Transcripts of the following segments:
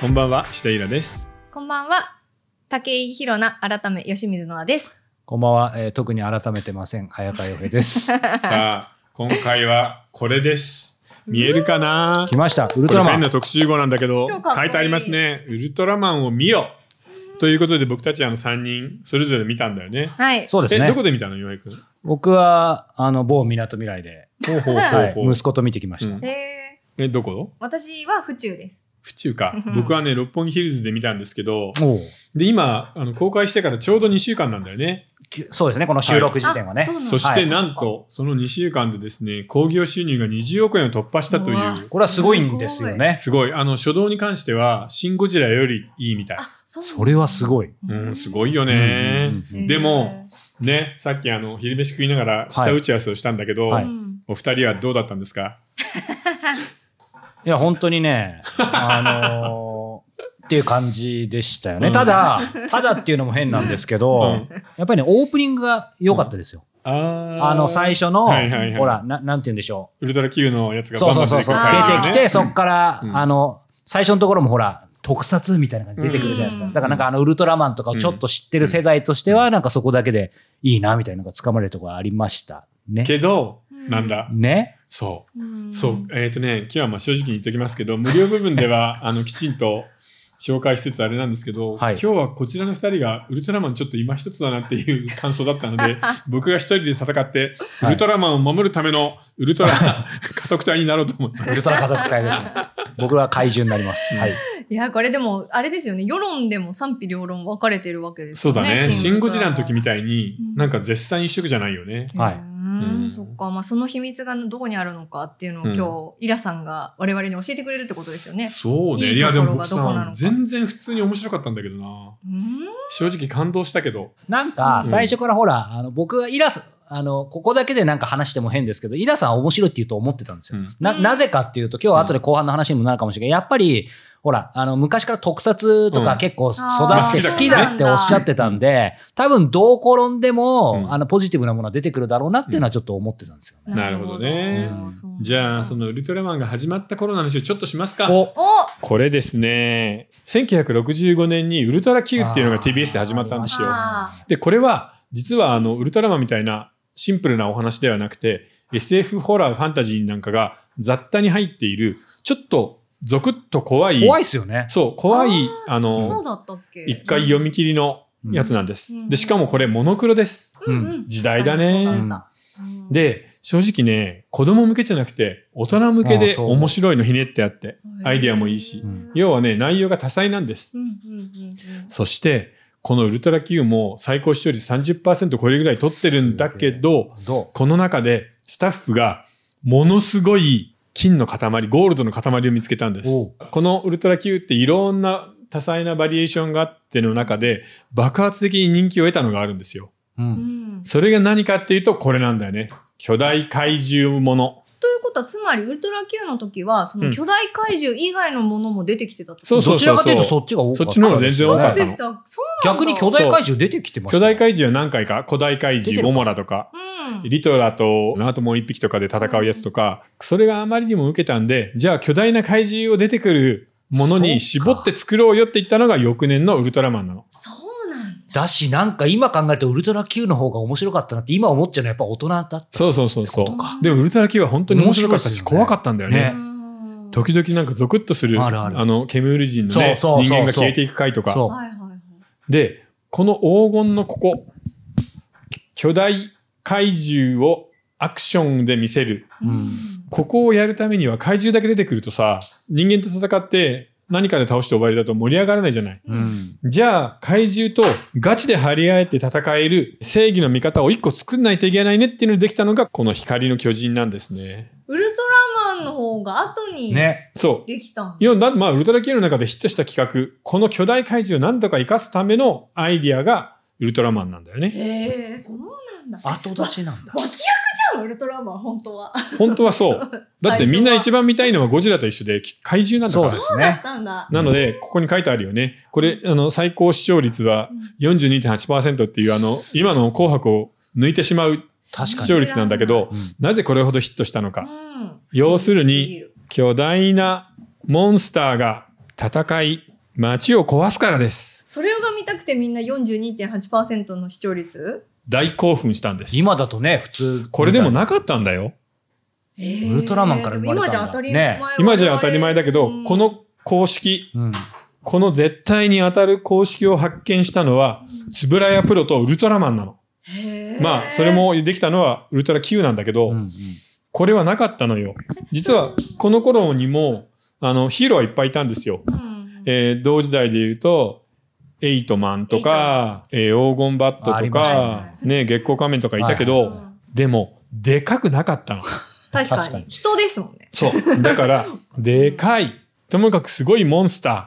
こんばんは、下平です。こんばんは。竹井宏奈、改め吉水のあです。こんばんは、えー特に改めてません。早川洋平です。 さあ、今回はこれです。見えるかな来ました、ウルこトれラペマンンの。特集号なんだけど、超かっこ書いいいてありますね。ウルトラマンを見よということで僕たちあの3人それぞれ見たんだよね。はい。そうですえ、どこね。で見たの岩井くん。僕は、あの、某港未来で、ほうほうはい、ほうほう息。子と見てきました。うんへええ、どこ私は府中です。府中かう。ん僕はね、六本木ヒルズで見たんですけど、おうで、今、あの公開してからちょうど2週間なんだよね。きそうですね、この収録時点はね。あそうなんだそしてはいなんと、その2週間でですね、興行収入が20億円を突破したというわう。これはすごいんですよね。すごい。あの、初動に関しては、シン・ゴジラよりいいみたい。あ、そうなんだ。それはすごい。うん、すい。ごいようんうね。んへえでも、ね、さっきあの、昼飯食いながら下打ち合わせをしたんだけど、はういんお二人はどうだったんですかいや、本当にね、あのー っていう感じでしたよね。うんただ、ただっていうのも変なんですけど、うんやっぱりね、オープニングが良かったですよ。あーあの、最初の、はいはいはいほらな、なんて言うんでしょう。ウルトラ Q のやつがそバうンそバうンそうそうバンバン出出ててききててそっから、うんあの最初のところもほら特撮みたいな感じ出てくるじゃないですか、うんだからなんかあのウルトラマンとかをちょっと知ってる世代としては、なんかそこだけでいいなみたいなのがつかまれるところありましたね。けど、うんなんだ、ねそうう。んそう。えっ、とね、今日はまあ正直に言っておきますけ ど、無料部分では、あの、きちんと、紹介しつつあれなんですけど、はい今日はこちらの二人がウルトラマンちょっと今一つだなっていう感想だったの で、僕が一人で戦って、はいウルトラマンを守るためのウ ルトラ家督隊になろうと思って。ウルトラ家族会 ですね僕は怪獣になります。はい、いや、これでも、あれですよね。世論でも賛否両論分かれてるわけですそうだよね。シン・ゴジラの時みい。たいにう、んなんか絶賛一色じゃないよね。はいうーうんん、そっか。まあ、その秘密がどこにあるのかっていうのを今日、イラさんが我々に教えてくれるってことですよね。そうね。いいいや、でも僕ところがどこなのさか、全然普通に面白かったんだけどな。うん正直感動したけど。なんかうん最初からほら、あの僕がイラスあのここだけでなんか話しても変ですけどイラさんは面白いって言うと思ってたんですよ。うんなうんなぜかっていうと、今日は後で後半の話にもなるかもしれない。やっぱり、ほら、あの、昔から特撮とうかん結構育ーあって好きだっておっしゃってたんで、多分どう転んでも、うんあの、ポジティブなものは出てくるだろうなっていうのはちょっと思ってたんですよね。なるほどねなるほどそうじゃあ、そのウルトラマンが始まった頃の話をちょっとしますか。おおこれですね、1965年にウルトラ Q っていうのが TBS で始まったんですよ。あで、これは、実はあの、ウルトラマンみたいなシンプルなお話ではなくて、SF ホラー、ファンタジーなんかが雑多に入っている、ちょっとゾクッと怖い、怖いっすよね。そう、怖い、あそうの、だったっけ一回読み切りのやつなんです。うんで、しかもこれモノクロです。うんうん時代だね確かにそうだったうんで、正直ね、子供向けじゃなくて、大人向けあでそう面白いのひねってあって、アイデアもいいしう、ん要はね、内容が多彩なんです。うんうんうんそして、このウルトラ Q も最高視聴率30%超えるぐらい取ってるんだけど、どうこの中でスタッフがものすごい金の塊、ゴールドの塊を見つけたんでおす。このウルトラ Q っていろんな多彩なバリエーションがあっての中で爆発的に人気を得たのがあるんですよ。ううんん。うんそれが何かっていうとこれなんだよね。巨大怪獣もの。ということはつまりウルトラ Q の時はその巨大怪獣以外のものも出てきてたってことそうそうどちらかというとそそうっちが多かったそっちの方が全然そ多うかったでのし。たそうなんだ逆に巨大怪獣出てきてました巨ね。大怪獣は何回か古代怪出て獣、るモかモラとか。うんリトラとあともう一匹とかで戦うやつとか、それがあまりにも受けたんで、じゃあ巨大な怪獣を出てくるものにそう絞かって作ろうよって言ったのが翌年のウルトラマンなの。そうなんだだし、なんか今考えるとウルトラ Q の方が面白かったなって今思っちゃうのはやっぱ大人だった。そうそうそうそそうかう。でもウルトラ Q は本当に面白かったし、面白いですよね怖かったんだよね。ねうん時々なんかゾクッとする、あるあるの、ケムール人のね、そうそうそうそう人間が消えていく回とか。そはいはいはいで、この黄金のここ、巨大怪獣をアクションで見せるうんここをやるためには怪獣だけ出てくるとさ、人間と戦って何かで倒して終わりだと盛り上がらないじゃない。うう。んん。じゃあ、怪獣とガチで張り合えて戦える正義の味方を一個作んないといけないねっていうのでできたのが、この光の巨人なんですね。ウルトラマンの方が後にね。そう。できたんだいや、なまあ、ウルトラ Q の中でヒットした企画、この巨大怪獣を何とか生かすためのアイディアがウルトラマンなんだよね。へえそうなんだ脇後出しなんだ。役じゃんウルトラマン本当は本当はそう。だってみんな一番見たいのはゴジラと一緒で怪獣なんだそかうらで。そうすだっ たね。んだなので、ここに書いてあるよね。これ、あの、最高視聴率は42.8%っていう、あの、今の紅白を抜いてしまう確か視に聴率なんだけど、うんなぜこれほどヒットしたのか。うん要するに巨大なモンスターが戦い、街を壊すからです。それが見たくてみんな42.8%の視聴率大興奮したんです。今だとね、普通。これでもなかったんだよ。ウウルトラマンから生ま今れたんだじゃ当たり前、ね今じゃ当たり前だけど、うんこの公式、うん。この絶対に当たる公式を発見したのは、つぶらやプロとウルトラマンなの。へーまあ、それもできたのはウルトラ Q なんだけど、うんうんこれはなかったのよ。実は、この頃にも、あの、ヒーローはいっぱいいたんですよ。うんえー同時代で言うと、エイトマンとか、えー黄金バットああとりましたかね、ね、月光仮面とかいたけど、うはいんでも、でかくなかったの。 確かに確かに人ですもんねそう。だから、でかい。ともかくすごいモンスター。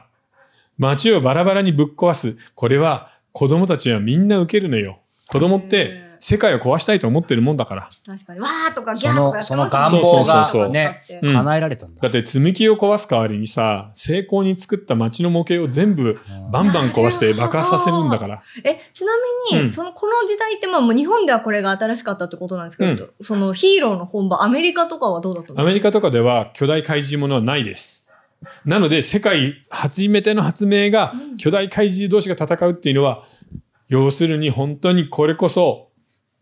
街をバラバラにぶっ壊す。これは子供たちはみんな受けるのよ。子供っへてー世界を壊したいと思ってるもんだから。確かにわーとかギャーとかやってまそのすその願望がそうそうそうねそううん叶えられたんだ。だって積み木を壊す代わりにさ、成功に作った街の模型を全部バンバン壊して爆発させるんだから。えちなみに、うんそのこの時代ってまあもう日本ではこれが新しかったってことなんですけど、そのヒーローの本場アメリカとかはどうだったんでアすかメリカとかでは巨大怪獣ものはないです。なので世界初めての発明がうん巨大怪獣同士が戦うっていうのは、要するに本当にこれこそ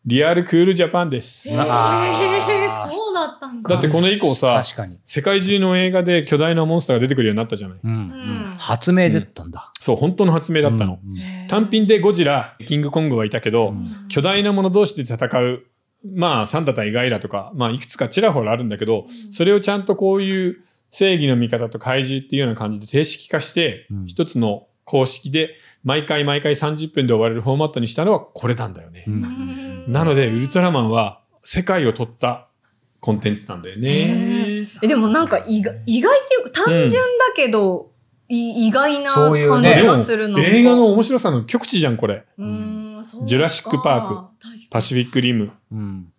リアルクールジャパンです。カへーあーそうだったんだだってこの以降さ、確かに。世界中の映画で巨大なモンスターが出てくるようになったじゃない。うんうん発明だったんだ。そう、本当の発明だったの。うんうんへー単品でゴジラ、キングコングはいたけど、うん巨大なもの同士で戦う、まあ、サンタ対ガイラとか、まあ、いくつかちらほらあるんだけど、それをちゃんとこういう正義の味方と怪獣っていうような感じで定式化してう、ん一つの公式で、毎回毎回30分で終われるフォーマットにしたのはこれなんだよねう。うんんなので、ウルトラマンは世界を取ったコンテンツなんだよへね。えでもなんか意外意外っていうか単純だけど、い意外なそういう感ねでじもがするの、映画の面白さの極致じゃん、これ。うーんそうかジュラシックパーク確かパにシフィックリム。うん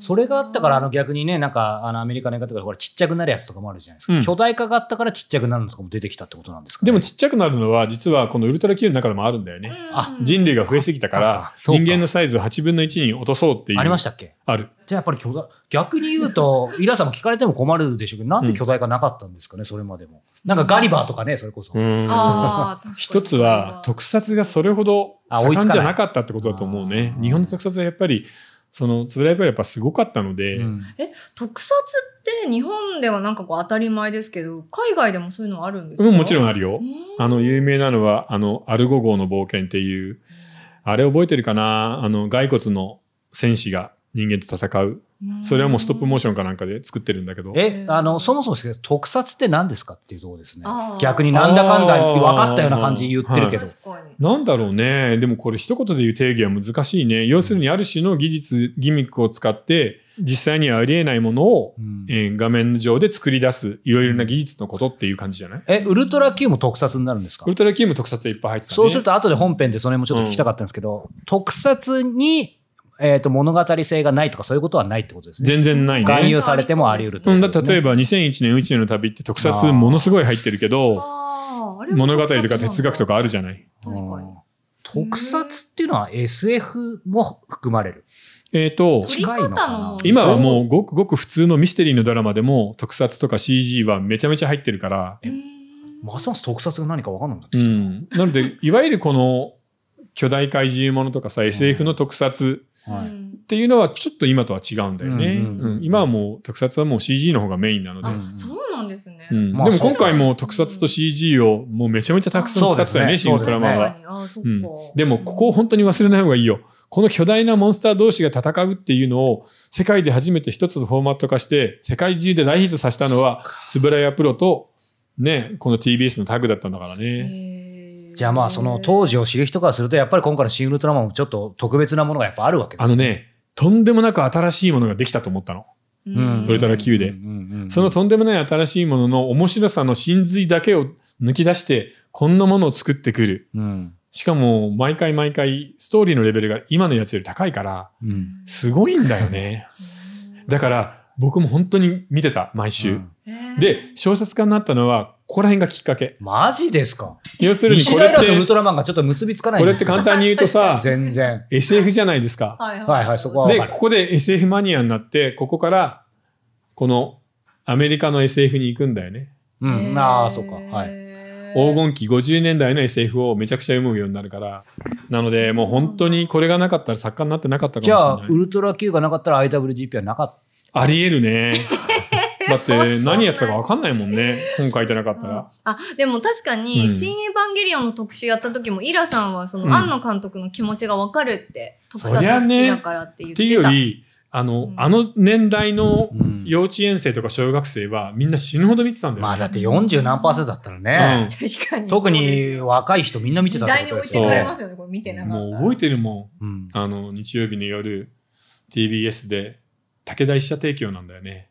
それがあったからあの逆にねなんかあのアメリカの映画とかでほらちっちゃくなるやつとかもあるじゃないですか、うん巨大化があったからちっちゃくなるのとかも出てきたってことなんですか、でね、もちっちゃくなるのは、実はこのウルトラ Q の中でもあるんだよね。あ人類が増えすぎたかあら、そ人うか間のサイズを8分の1に落とそうっていう。。ありましたたっけある。じゃあやっぱり巨大逆に言う とイラさんも聞かれても困るでしょうけどなんで巨大化なかったんですかねそれまでもなんかガリバーとかねそれこそ、うーんあー確かに一つは、特撮がそれほどあ追いつか盛んないじゃなかったってことだと思うね。あー日本の特撮はやっぱり、その、つぶらやっぱりやっぱすごかったので、うん特撮って日本ではなんかこう当たり前ですけど海外でもそういうのあるんですうかん、もちろんんあるよ。あの、有名なのは、あの、アルゴ号の冒険っていう、あれ覚えてるかなあの、骸骨の戦士が人間と戦う。それはもうストップモーシションかなんかで作ってるんだけど。えあのそもそもですけど特撮って何ですかっていうところですねあー逆になんだかんだあー分かったような感じ言ってるけど、確かになんだろうね。でもこれ一言で言う定義は難しいね。要するにある種の技術、ギミックを使って、実際にはありえないものを、うんえー画面上で作り出す、いろいろな技術のことっていう感じじゃないえウルトラ Q も特撮になるんですかウルトラキーム特撮でいっぱい入ってたね。そうすると後で本編でその辺もちょっと聞きたかったんですけど、特撮に、えー、と物語性がないとかそういうことはないってことですね。全然ない含ね。有されてもあり得るってうこん、とだでってすね例えば2001年宇宙の旅って特撮ものすごい入ってるけど、あーあれも物語とか哲学とかあるじゃない。確かにうん特撮っていうのは SF も含まれる。えっ、と、撮り方の近いかな今はもうごくごく普通のミステリーのドラマでも特撮とか CG はめちゃめちゃ入ってるから、うーんますます特撮が何か分かんなくなってうきん、た。なのでいわゆるこの巨大怪獣ものとかさ SF の特撮はういんっていうのはちょっと今とは違うんだよね、うんうんうん今はもう特撮はもう CG の方がメインなので、あうそうなんですねんまあでも今回も特撮と CG をもうめちゃめちゃたくさん使ってたよね「シン・ウそうルですトねラマン」は。確かにあーそうっかんでもここを本当に忘れない方がいいよこの巨大なモンスター同士が戦うっていうのを世界で初めて一つのフォーマット化して世界中で大ヒットさせたのは円谷プロとねこの TBS のタッグだったんだからね。へーじゃあまあその当時を知る人からするとやっぱり今回の「シン・ウルトラマン」もちょっと特別なものがやっぱあるわけであすのよ。ねとんでもなく新しいものができたと思ったの。ううんウルトラ Q でうんうんうんうんそのとんでもない新しいものの面白さの真髄だけを抜き出して、こんなものを作ってくる。うんしかも、毎回毎回、ストーリーのレベルが今のやつより高いから、うんすごいんだよね。だから、僕も本当に見てた、毎週。らで、小説家になったのは、ここら辺がきっかけ。マジですか要するに、西これっ平とウルて、トラマンがちょっと結びつかないこんれでっすてよ簡単に言うとさ、全然 SF じゃないですか。はいはいはいそこはで、ここで SF マニアになって、ここから、この、アメリカの SF に行くんだよね。うんああそうかはいい黄金期50年代の SF をめちゃくちゃ読むようになるからなのでもう本当にこれがなかったら作家になってなかったかじゃあ、もしれウないルトラ Q がなかったら IWGP はなかっありえるね だって何やってたか分かんないもんね本書いてなかったらあでも確かうに「ん新エヴァンゲリオン」の特集やった時もイラさんはその、うん庵野監督の気持ちが分かるって特撮そりがゃ好ねきだからって言っっていうてよた。りあの,、うんあの年代のた。うん幼稚園生とか小学生はみんな死ぬほど見てたんだよ、まあだって40何パーセントだったらね、確かに特に若い人みんな見てた時って代こにと置でいてす時代にかれよねま。すよねこれ見てなうかん、ったらもう覚えてるもうんんあの日曜日の夜 TBS で武田一社提供なんだよね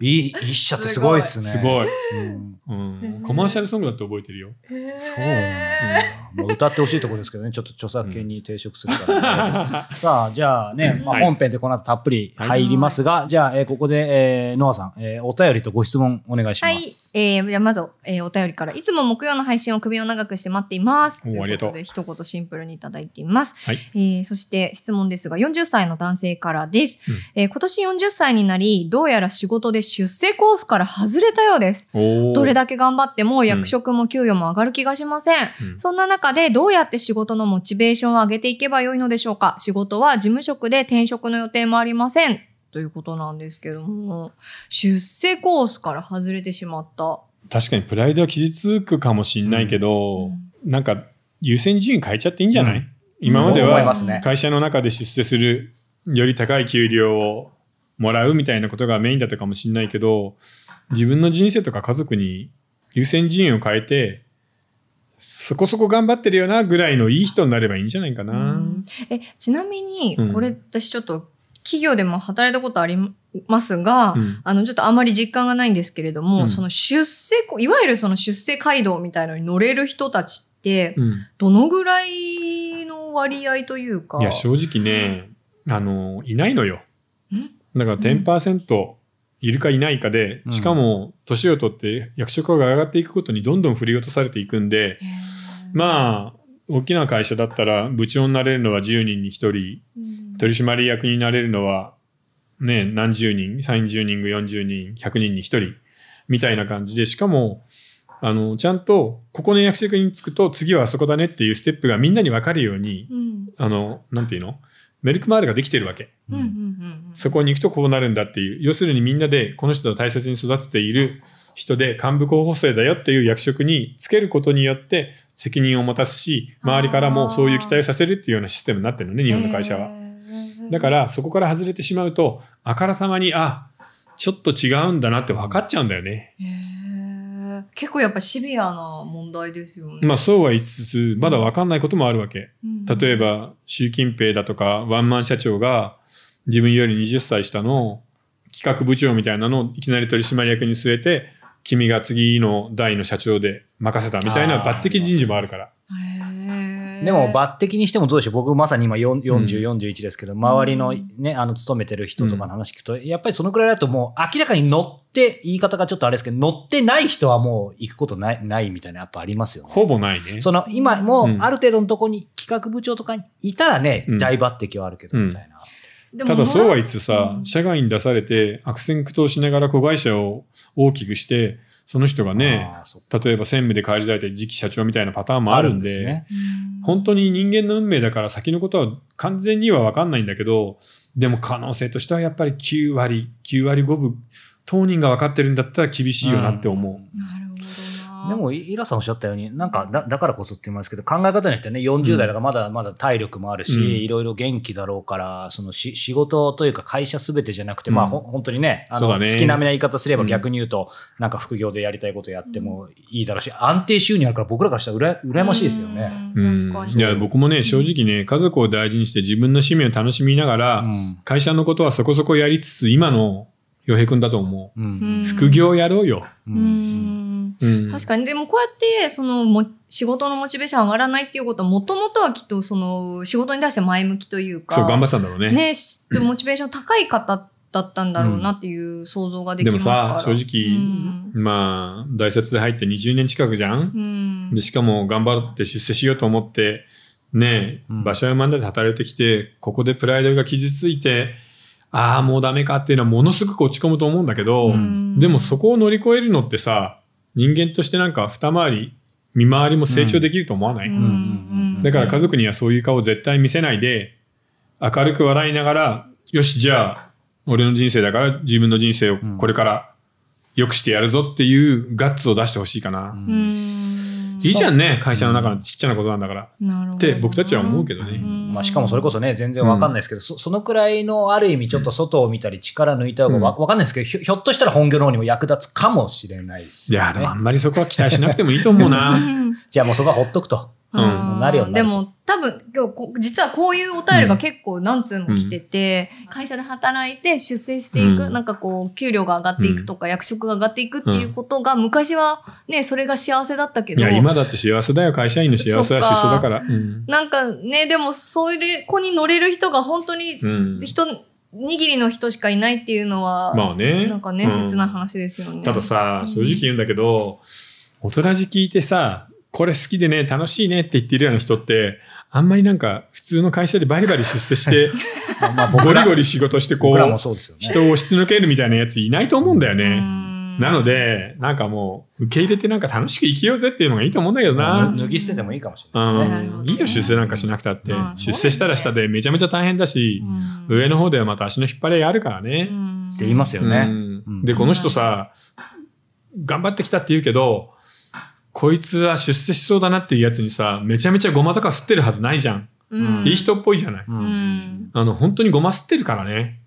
いい一社ってすごいですね。すごい、うんうん、コマーシャルソングだって覚えてる よ、へもう歌ってほしいところですけど ね、ちょっと著作権に抵触するから、ね。はさあ、じゃあね、まあ、はい本編でこの後たっぷり入りますが、じゃあ、えーここで、えー、ノアさん、えーお便りとご質問お願いしまはいす。、えー、じゃあまず、えーお便りからいつも木曜の配信を首を長くして待っていますおーありがとういうことで一言シンプルにいただいています、はいえーそして質問ですが40歳の男性からです、うんえー今年40歳になりどうやら仕事で出世コースから外れたようですおーどれだけ頑張っても役職も給与も上がる気がしません。うんそんな中でどうやって仕事のモチベーションを上げていけばよいのでしょうか仕事は事務職で転職の予定もありません。ということなんですけども、出世コースから外れてしまった。確かにプライドは傷つくかもしんないけど、なんか優先順位変えちゃっていいんじゃない、うん今まで思いはますね会社の中で出世するより高い給料をもらうみたいなことがメインだったかもしれないけど自分の人生とか家族に優先順位を変えてそこそこ頑張ってるよなぐらいのいい人になればいいんじゃないかな、うんえちなみにうん、これ私ちょっと企業でも働いたことありますが、うんあの、ちょっとあまり実感がないんですけれどうも、んその出世こ、いわゆるその出世街道みたいのに乗れる人たちって、うんどのぐらいの割合というか。いや正直ねあのいないのよんだから10%いるかいないかで、うんしかも年を取って役職が上がっていくことにどんどん振り落とされていくんで、あ、まあ大きな会社だったら部長になれるのは10人に1人うん取締役になれるのはね何十人30人40人100人に1人みたいな感じでしかもあのちゃんとここの役職に就くと次はあそこだねっていうステップがみんなに分かるようにうんあの、なんていうのメルクマールができてるわけ。うんうんうんうんそこに行くとこうなるんだっていう。要するにみんなでこの人を大切に育てている人で幹部候補生だよっていう役職につけることによって責任を持たすし、周りからもそういう期待をさせるっていうようなシステムになってるのね、日本の会社は。へーだからそこから外れてしまうと、あからさまに、あ、ちょっと違うんだなって分かっちゃうんだよね。へー結構やっぱシビアな問題ですよね。まあそうは言いつつ、まだ分かんないこともあるわけ。うん例えば習近平だとかワンマン社長が自分より20歳下の企画部長みたいなのをいきなり取締役に据えて君が次の代の社長で任せたみたいなあー抜擢人事もあるからへーでも、抜擢にしてもどうでしょう。僕、まさに今4 40、41ですけど、周りのね、あの、勤めてる人とかの話聞くと、やっぱりそのくらいだともう明らかに乗って、言い方がちょっとあれですけど、乗ってない人はもう行くことない、ないみたいな、やっぱありますよね。ほぼないねその、今うもうんある程度のとこに企画部長とかにいたらね、うん大抜擢はあるけど、みたいな。でもただそうは言ってさ、うん社外に出されて悪戦苦闘しながら子会社を大きくしてその人がねあー、そう例えば専務で返り咲いて次期社長みたいなパターンもあるんでですね。うん本当に人間の運命だから先のことは完全には分かんないんだけどでも可能性としてはやっぱり9割9割5分当人が分かってるんだったら厳しいよなって思う、なるほどな。でも、イイラさんおっしゃったように、なんかだ、だからこそって言いますけど、考え方によってね、40代だからまだまだ体力もあるうし、んいろいろ元気だろうから、そのし仕事というか会社すべてじゃなくて、うんまあ、ほ本当にね、あそうの、だね月並みな言い方すればうん逆に言うと、なんか副業でやりたいことやってもいいだろうし、安定収入あるから僕らからしたらうら羨ましいですよね。うん。うん確かいにや僕もね正直ね家族を大事にして自分の使命を楽しみながら、うん。会社のことはそこそこやりつつ今の洋平君だと思う。うん副業やろうよ、う。うんん。うん確かに、でもこうやって、その、も、仕事のモチベーション上がらないっていうことは、もともとはきっと、その、仕事に対して前向きというか、そう頑張ってたんだろうねね、しモチベーション高い方だったんだろうなっていう想像ができでまもすから。さ正直、うんまあ大卒で入って20年近くじゃん、うんでしかも頑張って出世しようと思ってねえ、うん馬車馬になって働いてきてここでプライドが傷ついてああもうダメかっていうのはものすごく落ち込むと思うんだけど、うんでもそこを乗り越えるのってさ人間としてなんか二回り、見回りも成長できると思わない、うんうんだから家族にはそういう顔を絶対見せないで、明るく笑いながら、よし、じゃあ、俺の人生だから自分の人生をこれから良くしてやるぞっていうガッツを出してほしいかな。うんういいんじゃんね、会社の中のちっちゃなことなんだから。なるほどって僕たちは思うけどうね。んうんまあ、しかもそれこそね、全然わかんないですけど、そそのくらいのある意味、ちょっと外を見たり、力抜いた方がわうわかんないですけど、ひょひょっとしたら本業の方にも役立つかもしれないですいよね、や、でもあんまりそこは期待しなくてもいいと思うな。じゃあもうそこはほっとくと。うんうんなるようになでるとも多分今日こ実はこういうお便りが結構何通も来てて、会社で働いて出世していく、うんなんかこう給料が上がっていくとか、役職が上がっていくっていうことが、昔はねそれが幸せだったけいどや、今だって幸せだよ。会社員の幸せは出世だから。うんなんかねでもそういう子に乗れる人が本当にうん人、握りの人しかいないっていうのは、まあね。なんかね、うん切ない話ですよね。たださ、正直言うんだけど、大人じ聞いてさ、これ好きでね、楽しいねって言ってるような人って、あんまりなんか普通の会社でバリバリ出世して、まあ、ゴ僕リらゴリ仕事してこ僕らもう、そうですよね。人を押し抜けるみたいなやついないと思うんだよね。ねなの、で、なんかもう、受け入れてなんか楽しく生きようぜっていうのがいいと思うんだけどまあな。脱ぎ捨ててもいいかもしうれないですね。るほどん。ねいいよ、出世なんかしなくたってまあ。出世したら下でめちゃめちゃ大変だし、うん上の方ではまた足の引っ張り合いあるからね。うんって言いますようね。んうんで、この人さ、頑張ってきたって言うけど、こいつは出世しそうだなっていうやつにさ、めちゃめちゃごまとか吸ってるはずないじゃん。うんいい人っぽいじゃない。ううんんあの、本当にごま吸ってるからね。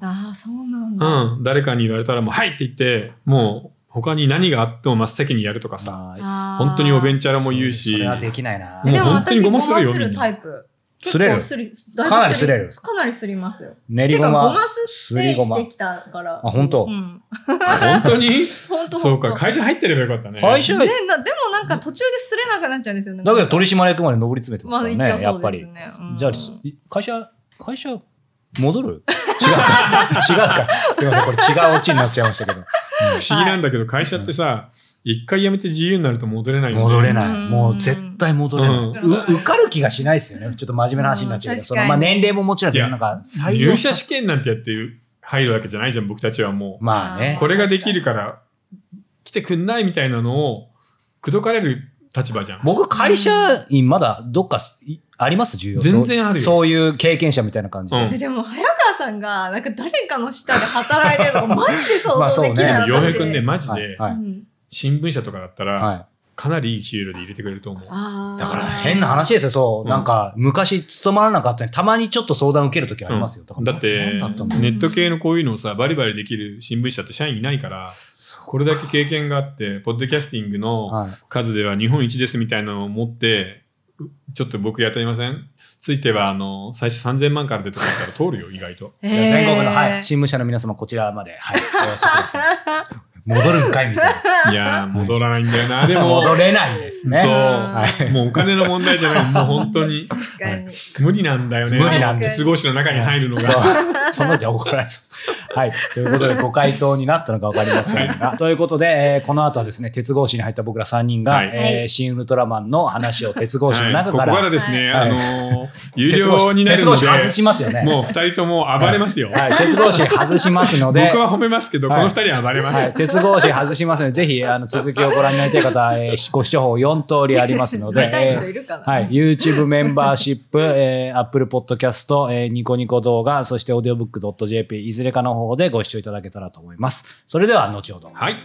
ああそうなんだ、うん。誰かに言われたらもう、はいって言って、もう、他に何があっても真っ先にやるとかさ、まああー本当にお弁茶らも言うし、それはできないな。もうでも本当に私ごごままるすよするタイプすれる結構すりだいぶかなりすれるかなりすりますよ練りてごかごまま、すすってりごしまて。きたからあ本当うん 本当に本当そうか、本当会社入ってればよかったね。最初ねなでもなんか途中ですれなくなっちゃうんですよねだけど取締役まで上り詰めてまますかあら一ね、や応っそぱうですり。ね、じゃあうん、会社、会社、戻る違うか。 違うか。すいません、これ違うオチになっちゃいましたけど。不思議なんだけど、会社ってさ、一回辞めて自由になると戻れないよね戻れいない。もう絶対戻れない。うんう受かる気がしないですよね。ちょっと真面目な話になっちゃうけど、うんそのまあ確かに年齢ももちろんいやなんか採用入社試験なんてやって入るわけじゃないじゃん、僕たちはもう。まあねこ。れができるから来てくんないみたいなのを口説かれる立場じゃん。僕、会社員まだどっかいあります重要全然あるよそうそういう経験者みたいな感じで。うんえでも早川さんがなんか誰かの下で働いてるのがマジで想まあ像そうでねきない私で洋平くんね、マジではい。はういん新聞社とかだったはら、いかなりいい給料で入れてくれると思う。あーだから変な話ですよ、そう。うんなんか、昔勤まらなかったのに、たまにちょっと相談受けるときありますよ。だって、なんだったんだろうネット系のこういうのをさ、バリバリできる新聞社って社員いないから、これだけ経験があって、ポッドキャスティングのはい数では日本一ですみたいなのを持って、うちょっと僕やってみませんついては、あの、最初3000万から出てくるから通るよ、意外と。えじゃあー全国の、はい、新聞社の皆様、こちらまで、はい、お寄せください。戻るんかいみたいいやー、戻らないんだよ な。でな。も、戻れないですね。そう、はいもうお金の問題じゃない。もう本当に確かに無理なんだよね。無理なんです鉄格子の中に入るのそが。う そんなじゃ怒られます。はい。ということで、ご回答になったのか分かりませんが。ということで、えーこの後はですね、鉄格子に入った僕ら3人が、はいえー新ウルトラマンの話を鉄格子のはい、中ここから、からですね、はあいのー有鉄格料子、になる鉄の格で子、外しますよね。もう二人とも暴れます よ。はい、鉄格子外しますので、僕は褒めますけど、はいこの二人は暴れます。はい、鉄格子外しますので、ぜひあの続きをご覧になりたい方は、えー、ご視聴法4通りありますので、若い人いるかな、はい、YouTube メンバーシッ プ、えー、Apple Podcast、えーニコニコ動画、そして audiobook.jp、いずれかの方法でご視聴いただけたらと思います。それでは、後ほど。はい。